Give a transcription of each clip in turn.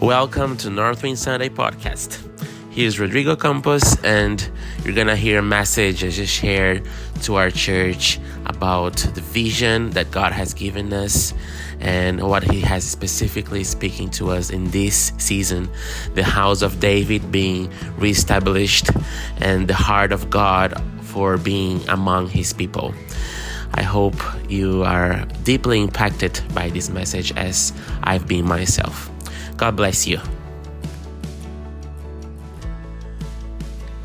Welcome to Northwind Sunday Podcast. Here's Rodrigo Campos, and you're gonna hear a message I just shared to our church about the vision that God has given us and what He has specifically speaking to us in this season. The house of David being reestablished, and the heart of God for being among His people. I hope you are deeply impacted by this message as I've been myself. God bless you.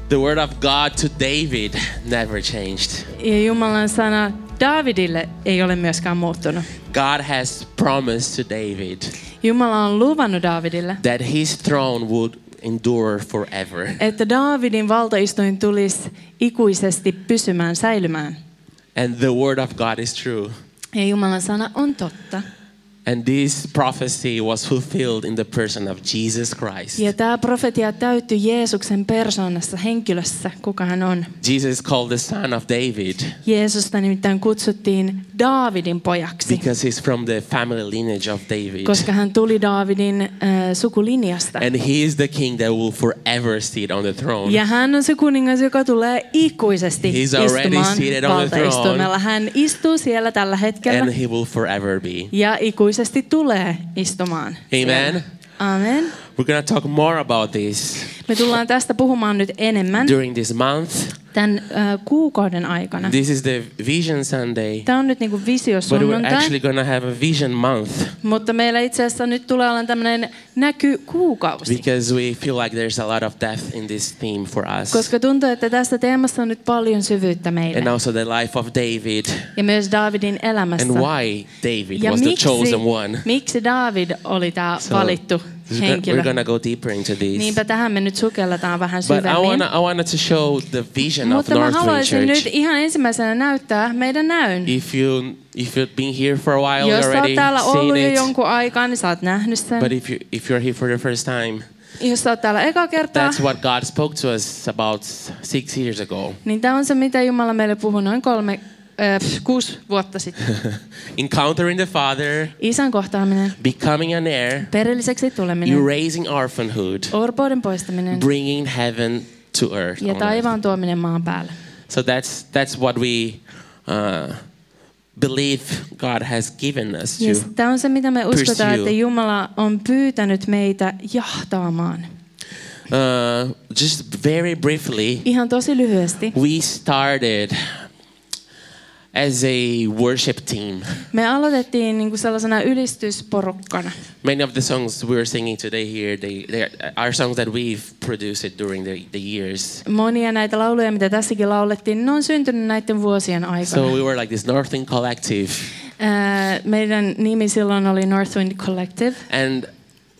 The word of God to David never changed. Ja Jumalan sana Daavidille ei ole myöskään muuttunut. God has promised to David Jumala on luvannut Daavidille, that his throne would endure forever. että Daavidin valtaistuin tulisi ikuisesti pysymään, säilymään. And the word of God is true. Ja Jumalan sana on totta. And this prophecy was fulfilled in the person of Jesus Christ. Ja tämä profetia täyttyi Jeesuksen persoonassa, henkilössä, kuka hän on. Jesus called the son of David Jeesusta nimittäin kutsuttiin Daavidin pojaksi, because he's from the family lineage of David. koska hän tuli Daavidin äh, sukulinjasta. And he is the king that will forever sit on the throne. Ja hän on se kuningas, joka tulee ikuisesti He's already istumaan seated on the throne. valtaistuimella. Hän istuu siellä tällä hetkellä And he will forever be. ja ikuisesti tulee istumaan. Amen. Amen. We're going to talk more about this Me tullaan tästä puhumaan nyt enemmän during this month. tämän äh, kuukauden aikana. This is the Vision Sunday, Tämä on nyt niinku visio but we're sunnuntai, actually going to have a Vision Month mutta meillä itse asiassa nyt tulee olla tämmöinen näkykuukausi. because we feel like there's a lot of depth in this theme for us. Koska tuntuu, että tässä teemassa on nyt paljon syvyyttä And meille. also the life of David Ja myös Daavidin elämässä. and why David Ja was the miksi, chosen one. miksi Daavid oli tämä So, valittu this is gonna- henkilö? we're going to go deeper into this. Niinpä tähän me nyt sukelletaan vähän But I syvemmin. wanna I wanted to show the vision of Mutta mä Northwind haluaisin nyt Church. ihan ensimmäisenä näyttää meidän näyn. If you if you've been here for a while, you Jos sä oot already täällä seen ollut jo it. jonkun aikaa, niin sä oot nähnyt sen. But if you if you're here for the first time, Jos sä oot täällä eka kertaa, that's what God spoke to us about six years ago. niin tämä on se, mitä Jumala meille puhui noin kolme, äh, pff, kuusi vuotta sitten. Encountering the Father, Isän kohtaaminen, becoming an heir, perilliseksi tuleminen, erasing orphanhood, orpouden poistaminen bringing heaven to earth. ja on earth. taivaan tuominen maan päälle. So that's that's what we uh, believe God has given us to. Yes, tämä on se, mitä me uskotaan, pursue. että Jumala on pyytänyt meitä jahtaamaan. Uh, just very briefly, Ihan tosi lyhyesti. we started as a worship team. Me aloitettiin niin kuin sellaisena ylistysporukkana. Many of the songs we are singing today here, they, they are- are songs that we've produced it during the, the years. Monia näitä lauluja, mitä tässäkin laulettiin, ne on syntynyt näiden vuosien aikana. So So, we were like this Northern Collective. meidän nimi silloin oli Northwind Collective. And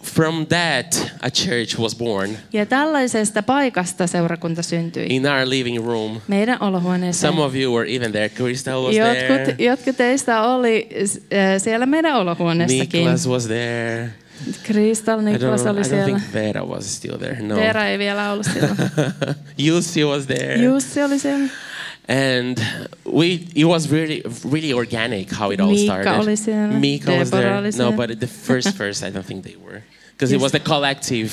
from that, a church was born Ja tällaisesta paikasta seurakunta syntyi. in our living room. Meidän olohuoneessa. Some of you were even there. Crystal was Jotkut, there. jotkut teistä oli s- äh, siellä meidän olohuoneessakin. Niklas was there. Kristal I don't, Niklas know, I oli don't siellä. think Vera was still there. No. Vera ei vielä ollut siellä. Yussi was there. Jussi oli siellä. And we, it was really, really organic how it all Mika started. oli siellä, Mika was Deborah there. oli no, siellä. but the first, first, I don't think they were, because it Yes. was the collective,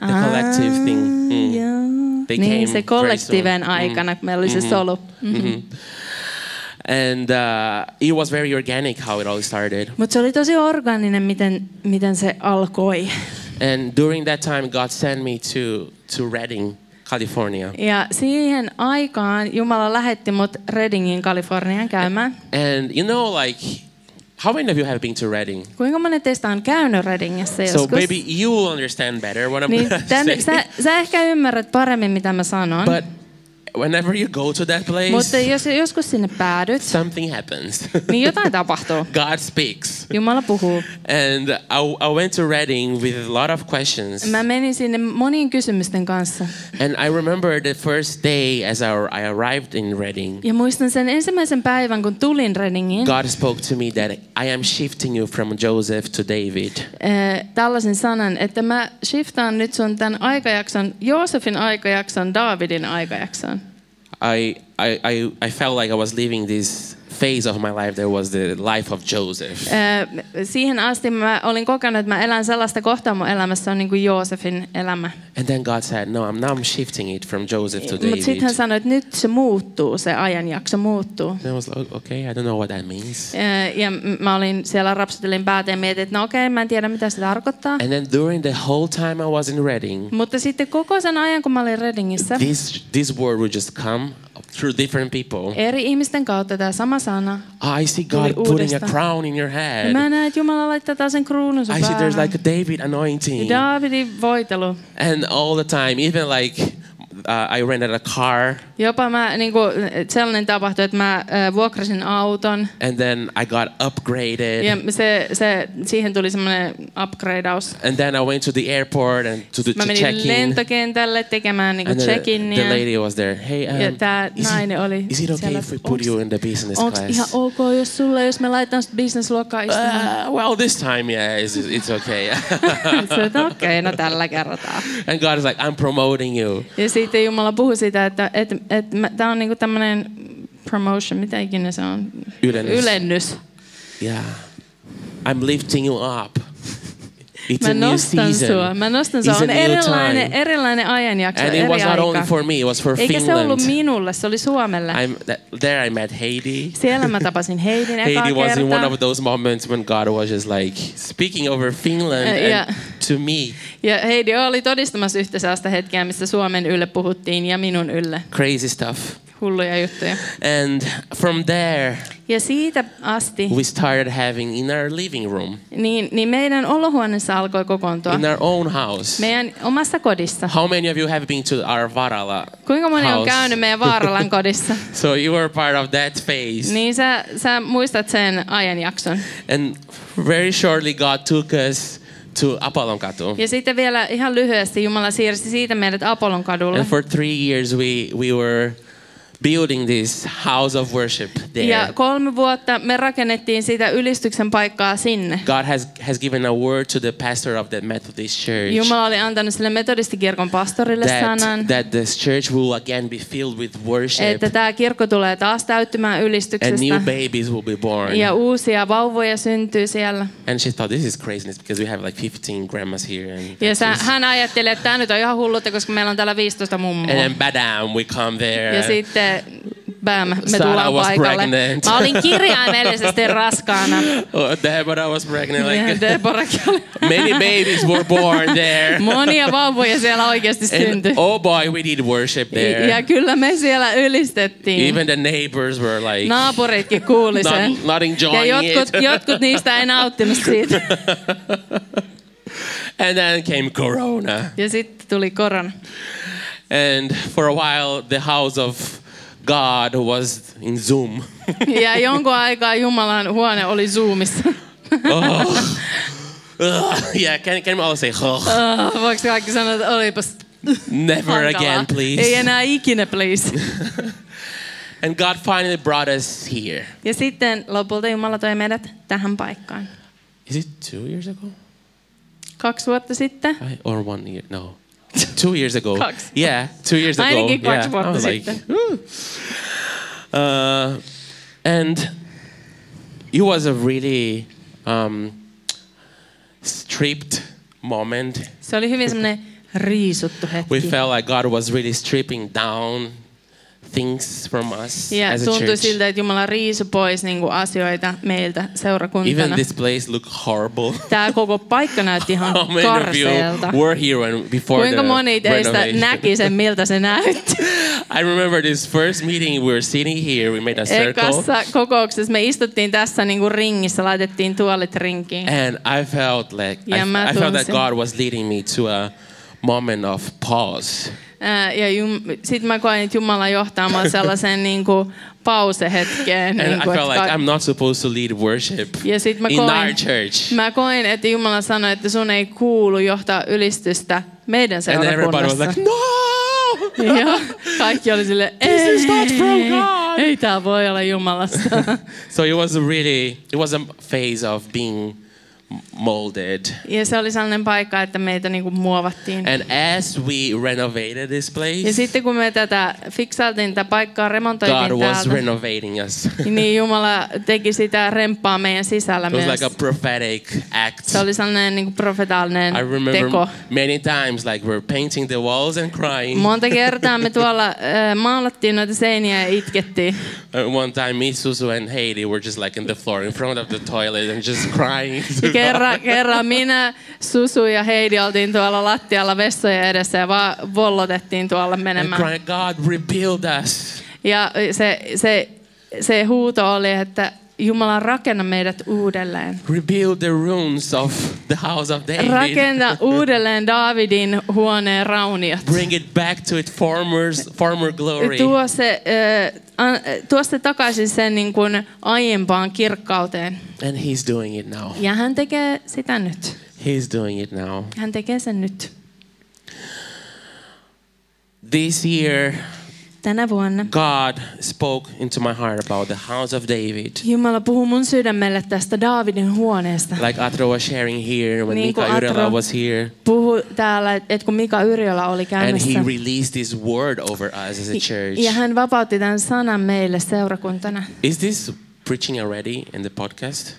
the collective thing. Mm. Mm-hmm. Ah, joo. They came Niin, very se kollektiiven soon. aikana, kun meillä oli se solu. Mm-hmm. Mm-hmm. And uh, it was very organic how it all started. Mutta se oli tosi orgaaninen, miten, miten se alkoi. And during that time, God sent me to to Redding, California. Ja siihen aikaan Jumala lähetti mut Reddingin, Kalifornian käymään. And you know, like, how many of you have been to Redding? Kuinka monet teistä on käynyt Reddingissä So joskus? maybe you will understand better what I'm niin gonna tän, say. sä, sä ehkä ymmärrät paremmin, mitä mä sanon. But whenever you go to that place, Mutta jos joskus sinne päädyt, something happens. niin jotain tapahtuu. God speaks. Jumala puhuu. And I, I went to Reading with a lot of questions. Mä menin sinne monien kysymysten kanssa. And I remember the first day as I, I arrived in Reading, Ja muistan sen ensimmäisen päivän, kun tulin Reddingiin. God spoke to me that I am shifting you from Joseph to David. Äh, tällaisen sanan, että mä shiftaan nyt sun tämän aikajakson, Joosefin aikajakson, Daavidin aikajakson. I, I, I, I felt like I was leaving this phase of my life, there was the life of Joseph. Ö, Eh, Siihen asti mä olin kokenut, että mä elän sellaista kohtaa mun elämässä, se on niin kuin Joosefin elämä. And then God said, No, I'm now I'm shifting it from Joseph to Mutta sitten hän David. sanoi, että nyt se muuttuu, se ajanjakso muuttuu. And I was like, okay, I don't know what that means. Ö, Ja m- mä olin siellä rapsutelin päätä ja mietin, että no okei, mä en tiedä mitä se tarkoittaa. And then during the whole time I was in Reading, Mutta sitten koko sen ajan, kun mä olin Redingissä, this this word would just come through different people. eri ihmisten kautta tämä sama sana. I see God Tuli putting a uudestaan. crown in your Ja mä head. näen, että Jumala laittaa taas sen kruunun sun I see there's päähän. like a David anointing. Daavidin voitelu. And all the time, even like uh, I rented a car Jopa mä, niin kuin, sellainen tapahtui, että mä äh, vuokrasin auton and then I got upgraded. ja se, se, siihen tuli semmoinen upgradeaus. And then I went to the airport and to the Mä to check menin in. lentokentälle tekemään niin And then the, check-inia. the lady was there. Hey, um, Ja tää is, nainen oli it, is it okay siellä, if we "Onks- put you in the business Onko class? ihan ok, jos sulle, jos me laitetaan sut bisnesluokkaan istumaan? Uh, well, this time, yeah, it's, it's okay. Ah. Sitten, että okei, no tällä kerrotaan. and God is like, I'm promoting you. Ja sitten Jumala puhui sitä, että, että, että mä- tää on niinku tämmönen promotion, mitä ikinä se on? Ylennys. Ylennys. Yeah, I'm lifting you up. It's Mä a new nostan season. sua. Mä nostan sua. It's a On new erilainen, time. erilainen ajanjakso, And eri it was not only aika. for me; it was for Eikä se ollut Finland. minulle, se oli Suomelle. I'm that, there. I met Haiti. Siellä mä tapasin Heidin ekaa Haiti was in one kertaa. of those moments when God was just like speaking over Finland Uh, and yeah. to me. Ja Heidi oli todistamassa yhtä sellaista hetkeä, missä Suomen ylle puhuttiin ja minun ylle. Crazy stuff. Hulluja juttuja. And from there, Ja siitä asti, we started having in our living room, niin, niin meidän olohuoneessa alkoi kokoontua. in our own house. Meidän omassa kodissa. How many of you have been to our Varala? Kuinka moni on house? käynyt meidän Vaaralan kodissa? So you were part of that phase. Niin sä, sä muistat sen ajanjakson. And very shortly, God took us to Apalonkatu. Ja sitten vielä ihan lyhyesti Jumala siirsi siitä meidät Apollon kadulle. And for three years, we, we were building this house of worship there. Ja kolme vuotta me rakennettiin siitä ylistyksen paikkaa sinne. God has, has given a word to the pastor of the Methodist church Jumala oli antanut sille metodistikirkon pastorille sanan, that, that this church will again be filled with worship että tämä kirkko tulee taas täyttymään and ylistyksestä. new babies will be born. Ja uusia vauvoja syntyy siellä. And she thought, this is craziness because we have like 15 grandmas here. And, Ja sä, that's just- hän ajatteli, että tämä nyt on ihan hullutta, koska meillä on täällä 15 mummoa. and then, badam, we come there. Ja sitten bam, me Sarah tullaan was paikalle. pregnant. Mä olin kirjaimellisesti raskaana. Oh, Deborah was pregnant. Ja Like, Deborahkin oli. many babies were born there. Monia vauvoja siellä oikeasti And syntyi. oh boy, we did worship there. Ja kyllä me siellä ylistettiin. Even the neighbors were like Naapuritkin No, kuuli sen. not, not Ja enjoying jotkut, it. jotkut niistä ei nauttinut siitä. And then came Corona. Ja sitten tuli korona. And for a while, the house of God was in Zoom. Ja jonkun aikaa Jumalan huone oli Zoomissa. Oh. Ugh, yeah, can, can we all say, "Ugh, Oh, voiko kaikki sanoa, että olipas never hankalaa. again, Ei please? enää ikinä, please. And God finally brought us here. Ja sitten lopulta Jumala toi meidät tähän paikkaan. Is it two years ago? Kaksi vuotta sitten. I, or one year? No, two years ago. Cox. Yeah, two years ago. Ainakin kaksi yeah. vuotta I was like, sitten. "Woo." uh, and it was a really um, stripped moment. Se oli hyvin semmoinen riisuttu We hetki. felt like God was really stripping down things from us Ja as a tuntui church. siltä, että Jumala riisu pois niin kuin asioita meiltä Even seurakuntana. this place looked horrible. Tämä koko paikka näytti ihan How many of karseelta. you were here when, before Kuinka the moni teistä renovation? näki sen, miltä se näytti? I remember this first meeting. We were sitting here. We made a Eh, circle. Ekassa kokouksessa me istuttiin tässä niin kuin ringissä, laitettiin tuolit rinkiin. And I felt like I, Ja mä I felt that tunsin. God was leading me to a moment of pause. Ää, Ja jum- sitten mä koin, että Jumala johtaa mua sellaiseen niin kuin pausehetkeen. And Niin I kuin, felt että like ka- I'm not supposed to lead worship Ja sit mä in koin- our church. Mä koin, että Jumala sanoi, että sun ei kuulu johtaa ylistystä meidän And everybody was seurakunnassa. like, no! ja kaikki oli sille, This is not from ei, God." ei tää voi olla Jumalasta. So it was a really, it was a phase of being molded. Ja se oli sellainen paikka, että meitä niinku muovattiin. And as we renovated this Ja place, sitten kun me tätä fiksailtiin, tätä paikkaa remontoitiin God was täältä, renovating us. It niin Jumala teki sitä remppaa meidän sisällä was myös. like a prophetic act. Se oli sellainen niin kuin profetaalinen I remember teko. many times like we're painting the walls and crying. Monta kertaa me tuolla äh, maalattiin noita seiniä ja itkettiin. Uh, One time me, Susu and Haiti were just like in the floor in front of the toilet and just crying. to Ja kerran, God. kerran minä, Susu ja Heidi oltiin tuolla lattialla vessojen edessä ja vaan vollotettiin tuolla And menemään. crying, God rebuild us. Ja se, se, se huuto oli, että Jumala rakenna meidät Niin, uudelleen. Rebuild the ruins of the house of David. Rakenna uudelleen Daavidin huoneen rauniot. Bring it back to its former, former glory. Tuo se, äh, an- äh, tuo se takaisin sen niin kuin aiempaan kirkkauteen. And he's doing it now. Ja hän tekee sitä nyt. He's doing it now. Hän tekee sen nyt. This year, Tänä vuonna. God spoke into my heart about the house of David. Jumala puhuu mun sydämelle tästä Daavidin huoneesta. Like Atra was sharing here when Niin Mika kuin Yrela Atra- was here. Puhu täällä, että kun Mika Yrjölä oli And he käymässä. released this word over us as a church. Ja hän vapautti tämän sanan meille seurakuntana. Is this preaching already in the podcast?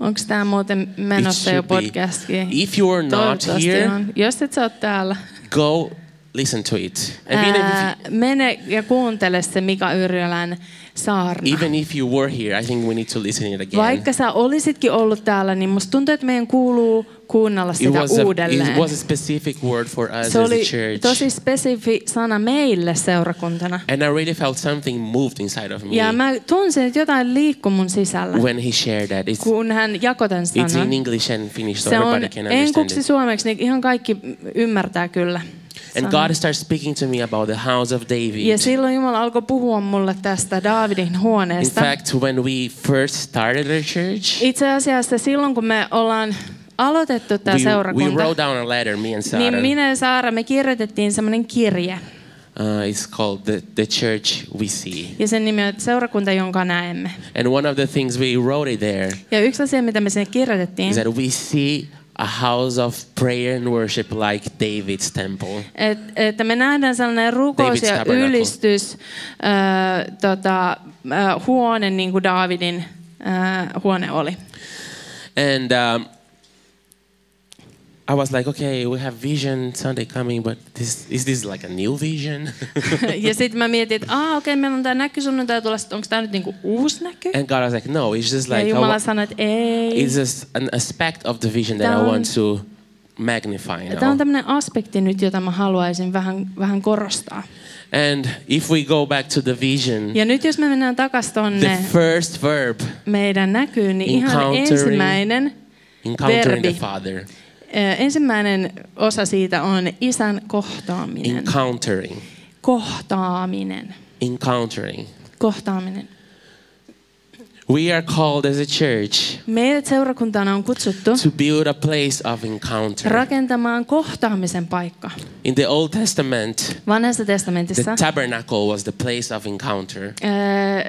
Onko tämä muuten It menossa jo should be. podcastiin? If you are not Toivottavasti here, on. Jos et sä ole täällä, go listen to it. I mean, ää, mene ja kuuntele se Mika Yrjölän saarna. even if you were here, I think we need to listen it again. Vaikka sä olisitkin ollut täällä, niin musta tuntuu, että meidän kuuluu kuunnella It sitä was, a, uudelleen. it was a specific word for us Se as a oli church. tosi spesifi sana meille seurakuntana. And I really felt something moved inside of me Ja mä tunsin, että jotain liikkui mun sisällä, when he shared that. It's, kun hän jakoi tämän it's in sanan. English and Finnish, so Se on everybody can understand enkuksi it. suomeksi, niin ihan kaikki ymmärtää kyllä. And sanan. God started speaking to me about the house of David. Ja silloin Jumala alkoi puhua mulle tästä Daavidin In huoneesta. fact, when we first started our church, Itse asiassa silloin, kun me ollaan aloitettu tämä we, we seurakunta, wrote down a letter, me and Sarah. niin minä ja Saara, me kirjoitettiin semmoinen kirje. Uh, it's called the, the Church We See. Ja sen nimi on että Seurakunta, jonka näemme. And one of the things we wrote it there Ja yksi asia, mitä me sinne kirjoitettiin, is that we see a house of prayer and worship like David's temple. et, että me nähdään sellainen rukous David's ja tabernacle. ylistys äh, tota, äh, huone, niin kuin Daavidin äh, huone oli. And um, I was like, okay, we have vision Sunday coming, but this is this like a new vision? ja sitten mä mietin, että aah, okei, meillä on tämä näky sunnuntai tulossa, onko tämä nyt niinku uusi näky? and God was like, no, it's just ja like I Jumala wa- sanoi, että ei. it's just an aspect of the vision that I Down. want to magnify Tämä on now. tämmöinen aspekti nyt, jota mä haluaisin vähän, vähän korostaa. And if we go back to the vision, Ja nyt jos me mennään takaisin the tonne first verb meidän näkyyn, niin ihan Encountering. ensimmäinen, encountering the Verbi. Father, eh, ensimmäinen osa siitä on isän kohtaaminen. encountering, kohtaaminen. encountering. Kohtaaminen. We are called as a church Meidät seurakuntana on kutsuttu to build a place of encounter. rakentamaan kohtaamisen paikka. In the Old Testament, Vanhassa the testamentissa tabernacle was the place of encounter. eh,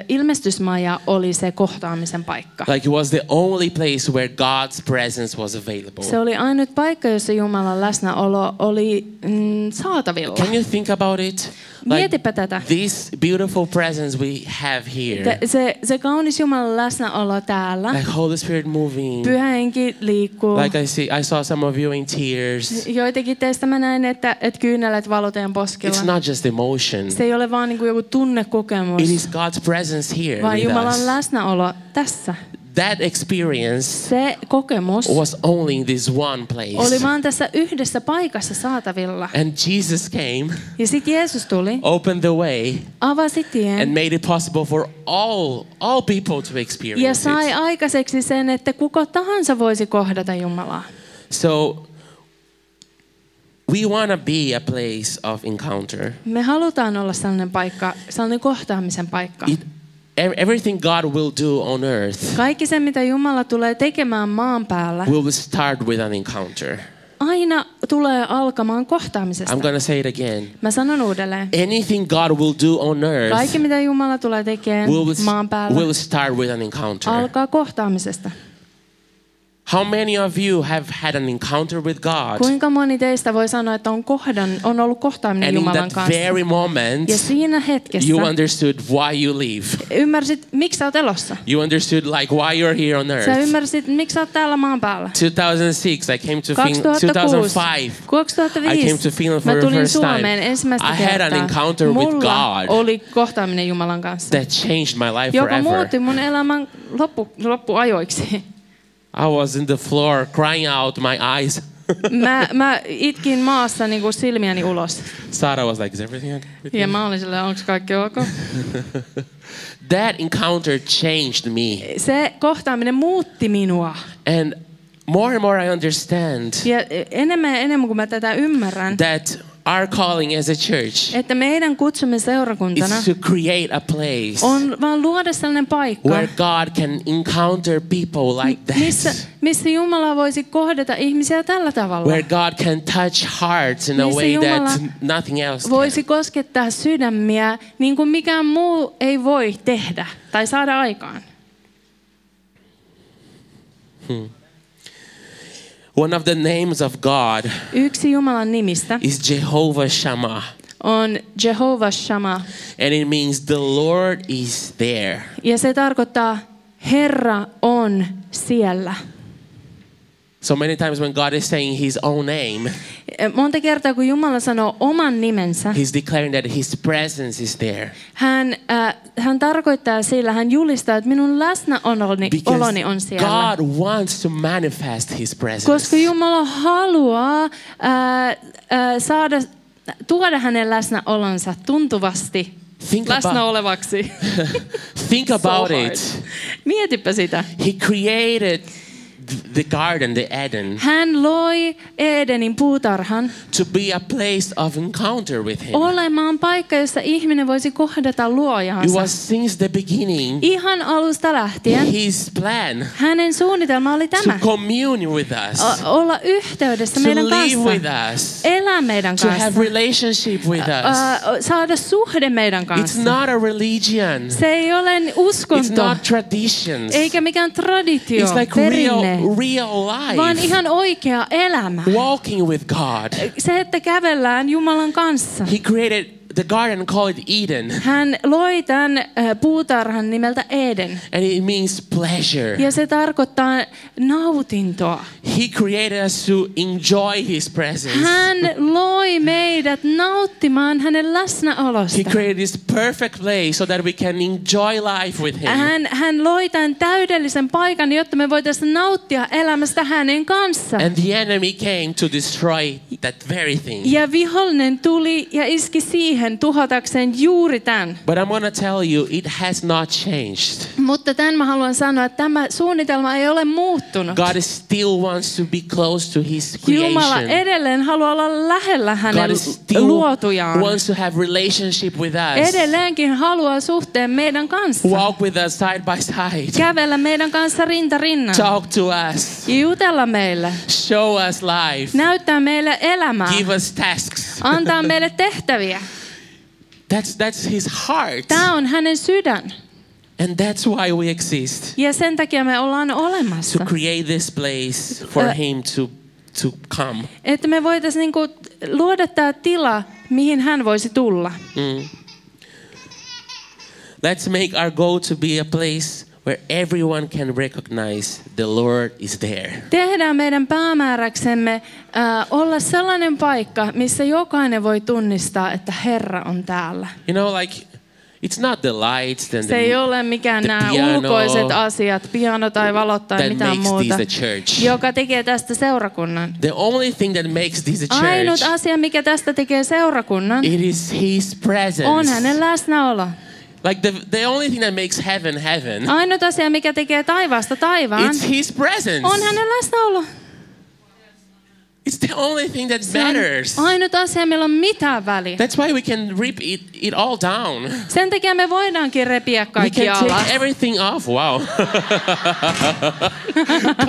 ilmestysmaja oli se kohtaamisen paikka. Like it was the only place where God's presence was available. Se oli ainut paikka, jossa Jumalan läsnäolo oli mm, saatavilla. Can you think about it? Mietipä tätä. this beautiful presence we have here, Tä- Se, se kaunis Jumalan läsnäolo täällä. like Holy Spirit moving. Pyhä henki liikkuu. Eh. Like I see, I saw some of you in tears. Joitakin teistä mä näin, että, että kyynelet valoteen It's poskilla. not just emotion. Se ei ole vaan niin kuin joku It tunnekokemus, is God's presence here vaan with Jumalan us. läsnäolo tässä. That experience Se kokemus was only in this one place. oli vaan tässä yhdessä paikassa saatavilla. And Jesus came, Ja sitten Jeesus tuli, opened the way, avasi tien and made it possible for all all people to ja experience sai it. aikaiseksi sen, että kuka tahansa voisi kohdata Jumalaa. So we want to be a place of encounter. Me halutaan olla sellainen paikka, sellainen kohtaamisen paikka. It, ev- everything God will do on earth Kaikki se, mitä Jumala tulee tekemään maan päällä, will start with an encounter. aina tulee alkamaan kohtaamisesta. I'm going to say it again. Mä sanon uudelleen. Anything God will do on earth Kaikki, mitä Jumala tulee tekemään will, maan päällä, will start with an encounter. alkaa kohtaamisesta. How many of you have had an encounter with God? Kuinka moni teistä voi sanoa, että on, kohdan, on ollut kohtaaminen And in Jumalan that kanssa? very moment, Ja siinä hetkessä you understood why you leave. ymmärsit, miksi sä oot elossa. You understood like why you're here on Sä earth. ymmärsit, miksi sä oot täällä maan päällä. 2006, I came to Finland. 2006, 2005. I 2005 came to Finland for mä the tulin first Suomeen time. ensimmäistä I had kertaa. an encounter with Mulla God. oli kohtaaminen Jumalan kanssa, That changed my life joka muutti forever. mun elämän loppu, loppuajoiksi. I was in the floor crying out my eyes. Mä, mä itkin maassa niin kuin silmiäni ulos. Sarah was like, "Is everything okay?" Ja mä olin silleen, onko kaikki ok? That encounter changed me, Se kohtaaminen muutti minua. and more and more I understand Ja enemmän ja enemmän, kun mä tätä ymmärrän, that our calling as a church että meidän kutsumme seurakuntana is to create a place on vaan luoda sellainen paikka, where God can encounter people like missä, that, missä Jumala voisi kohdata ihmisiä tällä tavalla. where God can touch hearts in a Missä way Jumala that nothing else can. voisi koskettaa sydämiä niin kuin mikään muu ei voi tehdä tai saada aikaan. One of the names of God Yksi Jumalan nimistä is Jehovah Shammah, on Jehovah Shama and it means the Lord is there. ja se tarkoittaa Herra on siellä. So many times when God is saying His own name, E, Monta kertaa kun Jumala sanoo oman nimensä, He's declaring that His presence is there. hän, äh, hän tarkoittaa sillä, hän julistaa, että minun läsnäoloni oloni on Because siellä. God wants to manifest His presence. Koska Jumala haluaa ää, ää, saada, tuoda hänen läsnäolonsa tuntuvasti Think läsnä about- olevaksi. Think So about hard. it. Mietipä sitä. He created th- the garden, the Eden, Hän loi Edenin puutarhan to be a place of encounter with Him. olemaan paikka, jossa ihminen voisi kohdata It luojaansa. was since the beginning Ihan alusta lähtien His plan hänen suunnitelma oli to tämä. commune with us, O- olla yhteydessä to meidän live with kanssa. us, Elää meidän to have kanssa. relationship with us. Ö, saada suhde meidän It's kanssa. not a religion. Se ei ole It's uskonto. not traditions. Eikä mikään traditio, It's like perinne, real, real vaan life. ihan oikea elämä. Walking with God. Se, että kävellään Jumalan kanssa. He created the garden called Eden, Hän loi tämän äh, puutarhan nimeltä Eden. and it means pleasure. Ja se tarkoittaa nautintoa. He created us to enjoy His presence. Hän loi meidät nauttimaan hänen He läsnäolosta. created this perfect place so that we can enjoy life with Him. Hän, hän loi tämän täydellisen paikan, jotta me voitaisiin nauttia elämästä hänen kanssaan. And the enemy came to destroy that very thing. Ja vihollinen tuli ja iski siihen tuhotakseen juuri tämän. But I'm gonna tell you, it has not changed. Mutta tämän mä haluan sanoa, että tämä suunnitelma ei ole muuttunut. God still wants to be close to His Jumala creation. edelleen haluaa olla lähellä hänen God still luotujaan. wants to have relationship with us. Edelleenkin haluaa suhteen meidän kanssa. Walk with us side by side. Kävellä meidän kanssa rinta rinnan. Talk to us. Ja jutella meille. Show us life. Näyttää meille elämää. Give us tasks. Antaa meille tehtäviä. That's that's His heart, Tämä on hänen sydän. and that's why we exist Ja sen takia me ollaan to olemassa. create this place for Uh, Him to to come. Että me voitaisiin niinku luoda tämä tila, mihin hän voisi tulla. Let's make our goal to be a place where everyone can recognize the Lord is there. Tehdään meidän päämääräksemme äh, olla sellainen paikka, missä jokainen voi tunnistaa, että Herra on täällä. You know, like it's not the lights and Se ei the, ole mikään The nämä piano. ulkoiset asiat, piano tai valot tai that mitään makes this muuta, the church. joka tekee tästä seurakunnan. The only thing that makes this a Ainut church asia, mikä tästä tekee seurakunnan, it is His on presence. hänen läsnäolo. Like the the only thing that makes heaven heaven, Ainut asia, mikä tekee taivaasta taivaan, it's His presence. on hänen läsnäolo. It's the only thing that Se on matters. ainut asia, millä on mitään väliä. That's why we can rip it, it all down. Sen takia me voidaankin repiä We kaikki can alas. take everything off. Wow.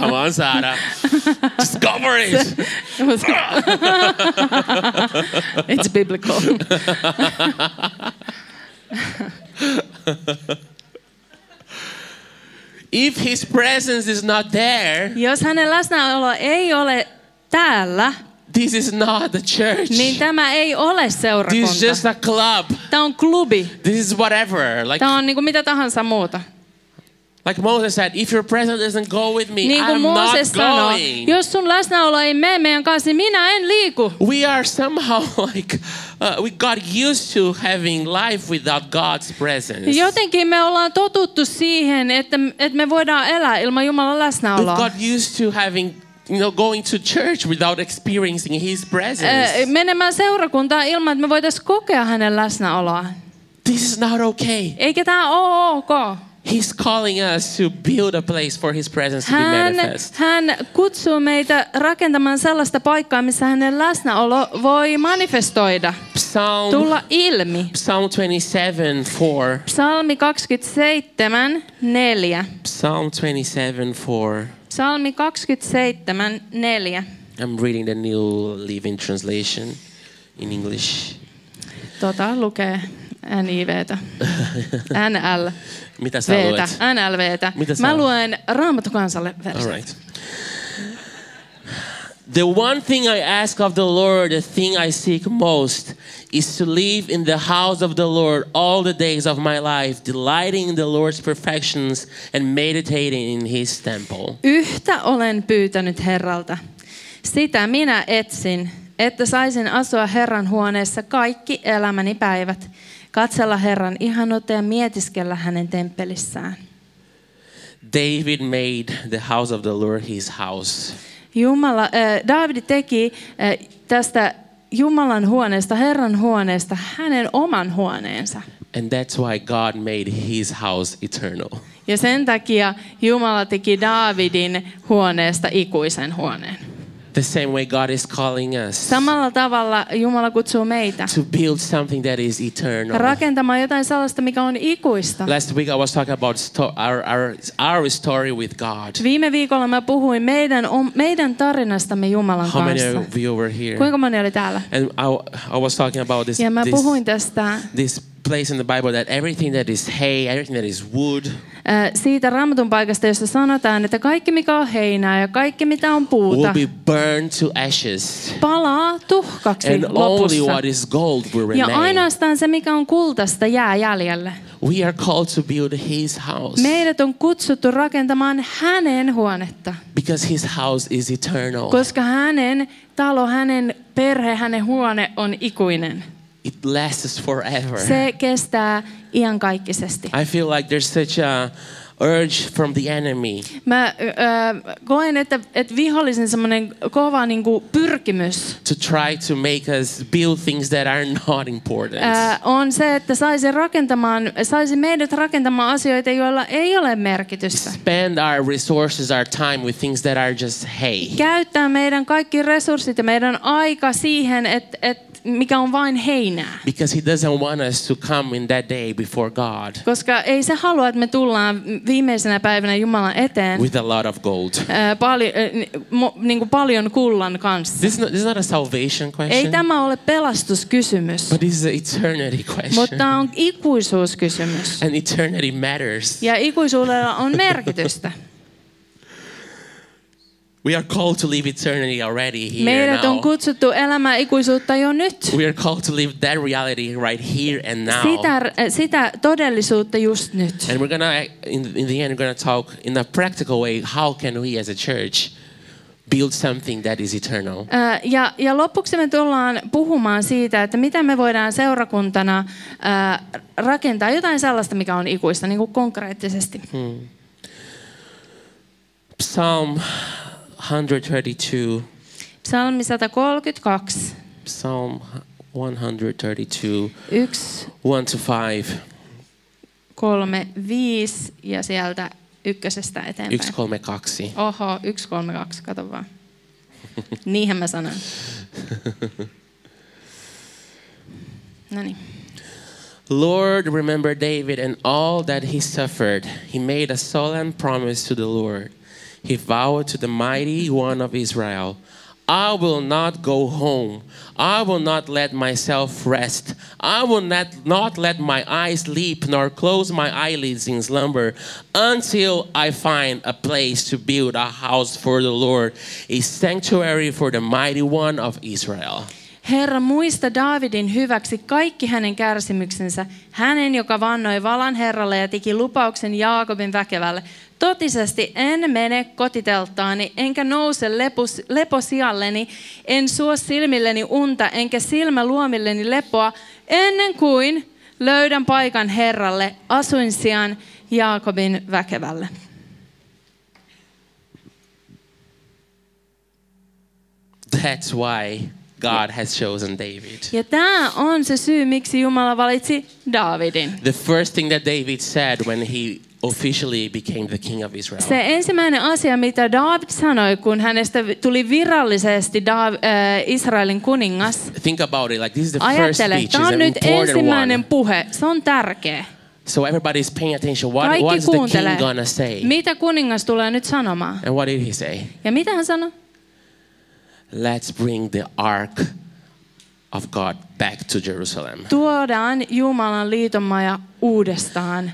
Come on, Sara. Just go for it. It was- It's biblical. If his presence is not there, Jos hänen läsnäolo ei ole täällä, this is not the church. niin This tämä ei ole is just seurakunta. a club. Tämä on klubi. This is whatever. Like Tämä on niin kuin mitä tahansa muuta. like Moses said, if your presence doesn't go with me, Niin kuin I'm not Mooses sanoo, going. jos sun läsnäolo ei mene meidän kanssa, niin minä en liiku. We are somehow like uh, we got used to having life without God's presence. Jotenkin me ollaan totuttu siihen, että, että me voidaan elää ilman Jumalan We've läsnäoloa. got used to having, you know, going to church without experiencing His presence. Ö, Menemään seurakuntaan ilman, että me voitaisiin kokea hänen läsnäoloaan. this is not okay. Eikä tämä ole ok. He's calling us to build a place for His presence to be Hän, manifest. hän kutsuu meitä rakentamaan sellaista paikkaa, missä hänen läsnäolo voi manifestoida, Psalm, tulla ilmi. Psalm 27, 4. Psalmi 27, 4. Psalm 27, 4. Psalmi 27, 4. I'm reading the New Living Translation in English. Tota lukee NIVtä. NL. Mitä sä Vtä, luet? NLVtä. Mitä sä Mä luet? luen Raamattu kansalle All version. right. The one thing I ask of the Lord, the thing I seek most, is to live in the house of the Lord all the days of my life, delighting in the Lord's perfections and meditating in his temple. Yhtä olen pyytänyt Herralta. Sitä minä etsin, että saisin asua Herran huoneessa kaikki elämäni päivät, katsella Herran ihanuutta ja mietiskellä hänen temppelissään. David made the house of the Lord his house. Jumala, äh, David teki äh, tästä Jumalan huoneesta, Herran huoneesta, hänen oman huoneensa. And that's why God made his house eternal. Ja sen takia Jumala teki Daavidin huoneesta ikuisen huoneen. The same way God is calling us Samalla tavalla Jumala kutsuu meitä to build something that is eternal. rakentamaan jotain sellaista, mikä on ikuista. Last week I was talking about sto- our, our, our story with God. Viime viikolla mä puhuin meidän, om- meidän tarinastamme Jumalan How many kanssa. of you were here? Kuinka moni oli täällä? And I, I was talking about this, Ja mä this, puhuin tästä äh, this place in the Bible that everything that is hay, everything that is wood, äh, siitä raamatun paikasta, jossa sanotaan, että kaikki mikä on heinää ja kaikki mitä on will puuta be burned to ashes. palaa tuhkaksi And only lopussa. what is gold will Ja remain. ainoastaan se, mikä on kultasta, jää jäljelle. We are called to build his house Meidät on kutsuttu rakentamaan hänen huonetta, because his house is eternal. koska hänen talo, hänen perhe, hänen huone on ikuinen. It lasts forever. Se kestää iankaikkisesti. I feel like there's such a urge from the enemy Mä ö, ö, koen, että, että vihollisen semmoinen kova niin kuin pyrkimys to try to make us build things that are not important. ö, on se, että saisi, rakentamaan, saisi meidät rakentamaan asioita, joilla ei ole merkitystä. Spend our resources, our time with things that are just hey. Käyttää meidän kaikki resurssit ja meidän aika siihen, että, että mikä on vain heinää. Because he doesn't want us to come in that day before God Koska ei se halua, että me tullaan viimeisenä päivänä Jumalan eteen with a lot of gold. ää, pali, ää, ni- mo- niinku paljon kullan kanssa. This is not, this is not a salvation Ei question, tämä ole pelastuskysymys, but this is an eternity mutta question. tämä on ikuisuuskysymys. And eternity matters. Ja ikuisuudella on merkitystä. We are called to live eternity already here Meidät on now. kutsuttu elämään ikuisuutta jo nyt. We are called to live that reality right here and now. Sitä, äh, sitä todellisuutta just nyt. And we're gonna, in, in the end, we're gonna talk in a practical way. How can we, as a church, build something that is eternal? Ää, Ja, ja lopuksi me tullaan puhumaan siitä, että mitä me voidaan seurakuntana ää, rakentaa jotain sellaista, mikä on ikuista niin kuin konkreettisesti. Psalm 132. Psalmi 132, Psalm 132, 1, 1 to 5. 3, 5 ja sieltä ykkösestä eteenpäin. Yksi, kolme, kaksi. Oho, 1, 3, 2, kato vaan. Niinhän mä sanon. No niin. Lord, remember David and all that he suffered. He made a solemn promise to the Lord. He vowed to the mighty one of Israel, I will not go home. I will not let myself rest. I will not, not let my eyes sleep nor close my eyelids in slumber until I find a place to build a house for the Lord, a sanctuary for the mighty one of Israel. Herra, muista Daavidin hyväksi kaikki hänen kärsimyksensä, hänen, joka vannoi valan Herralle ja teki lupauksen Jaakobin väkevälle. Totisesti en mene kotitelttaani, enkä nouse lepus, leposijalleni, en suo silmilleni unta, enkä silmä luomilleni lepoa, ennen kuin löydän paikan Herralle, asuin sijaan Jaakobin väkevälle. That's why God has chosen David. Ja tämä on se syy, miksi Jumala valitsi Daavidin. The first thing that David said when he officially became the king of Israel Se ensimmäinen asia, mitä David sanoi, kun hänestä tuli virallisesti Daav, äh, Israelin kuningas, Think about it. Like this is the first ajattele, speech. tämä It's on an nyt important ensimmäinen one. puhe, se on tärkeä. So everybody's paying attention. What, Kaikki what's the kuuntelee, king gonna say? mitä kuningas tulee nyt sanomaan. And what did he say? Ja mitä hän sanoi? Let's bring the ark of God back to Jerusalem. Tuodaan Jumalan liitonmaja uudestaan In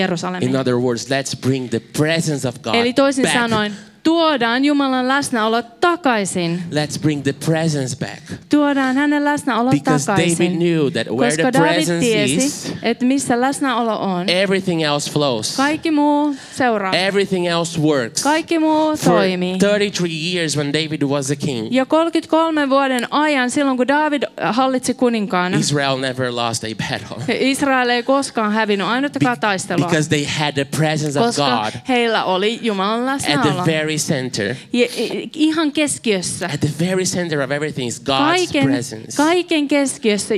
Jerusalemiin. other words, let's bring the presence of God Eli toisin back. sanoen, tuodaan Jumalan läsnäolo takaisin. Let's bring the presence back. Tuodaan hänen läsnäolo Because David takaisin. knew that where Koska the David presence tiesi, is, että missä läsnäolo on, everything else flows. kaikki muu seuraa. Everything else works. Kaikki muu For toimii. 33 years when David was the king, Ja 33 vuoden ajan, silloin kun David hallitsi kuninkaana, Israel never lost a battle. Israel ei koskaan hävinnyt ainuttakaan taistelua, Because they had the presence of koska God heillä oli Jumalan at the läsnäolo. very center. Ja, i- ihan keskiössä. At the very center of everything is God's Kaiken, presence. kaiken keskiössä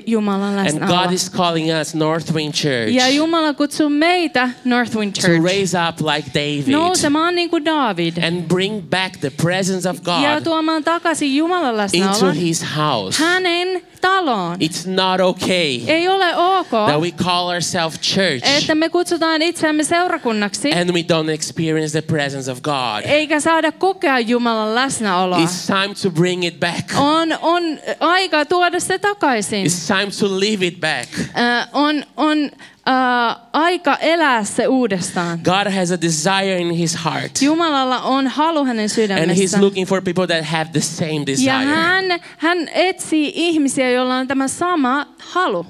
And Jumalan God läsnäolo. is calling us, Northwind Church, Ja Jumala kutsuu meitä Northwind to Church raise up like David nousemaan niin kuin David. and bring back the presence of ja God tuomaan takaisin Jumalan into läsnäolon his house. hänen taloon. It's not okay Ei ole ok, that we call ourselves church että me kutsutaan itseämme seurakunnaksi, and we don't experience the presence of God. eikä saada kokea Jumalan läsnäoloa. It's time to bring it back. On, on aika tuoda se takaisin. It's time to leave it back. Äh, on on äh, aika elää se uudestaan. God has a desire in his heart. Jumalalla on halu hänen And he's sydämessä. looking for people that have the same Ja desire. hän, hän etsii ihmisiä, joilla on tämä sama halu.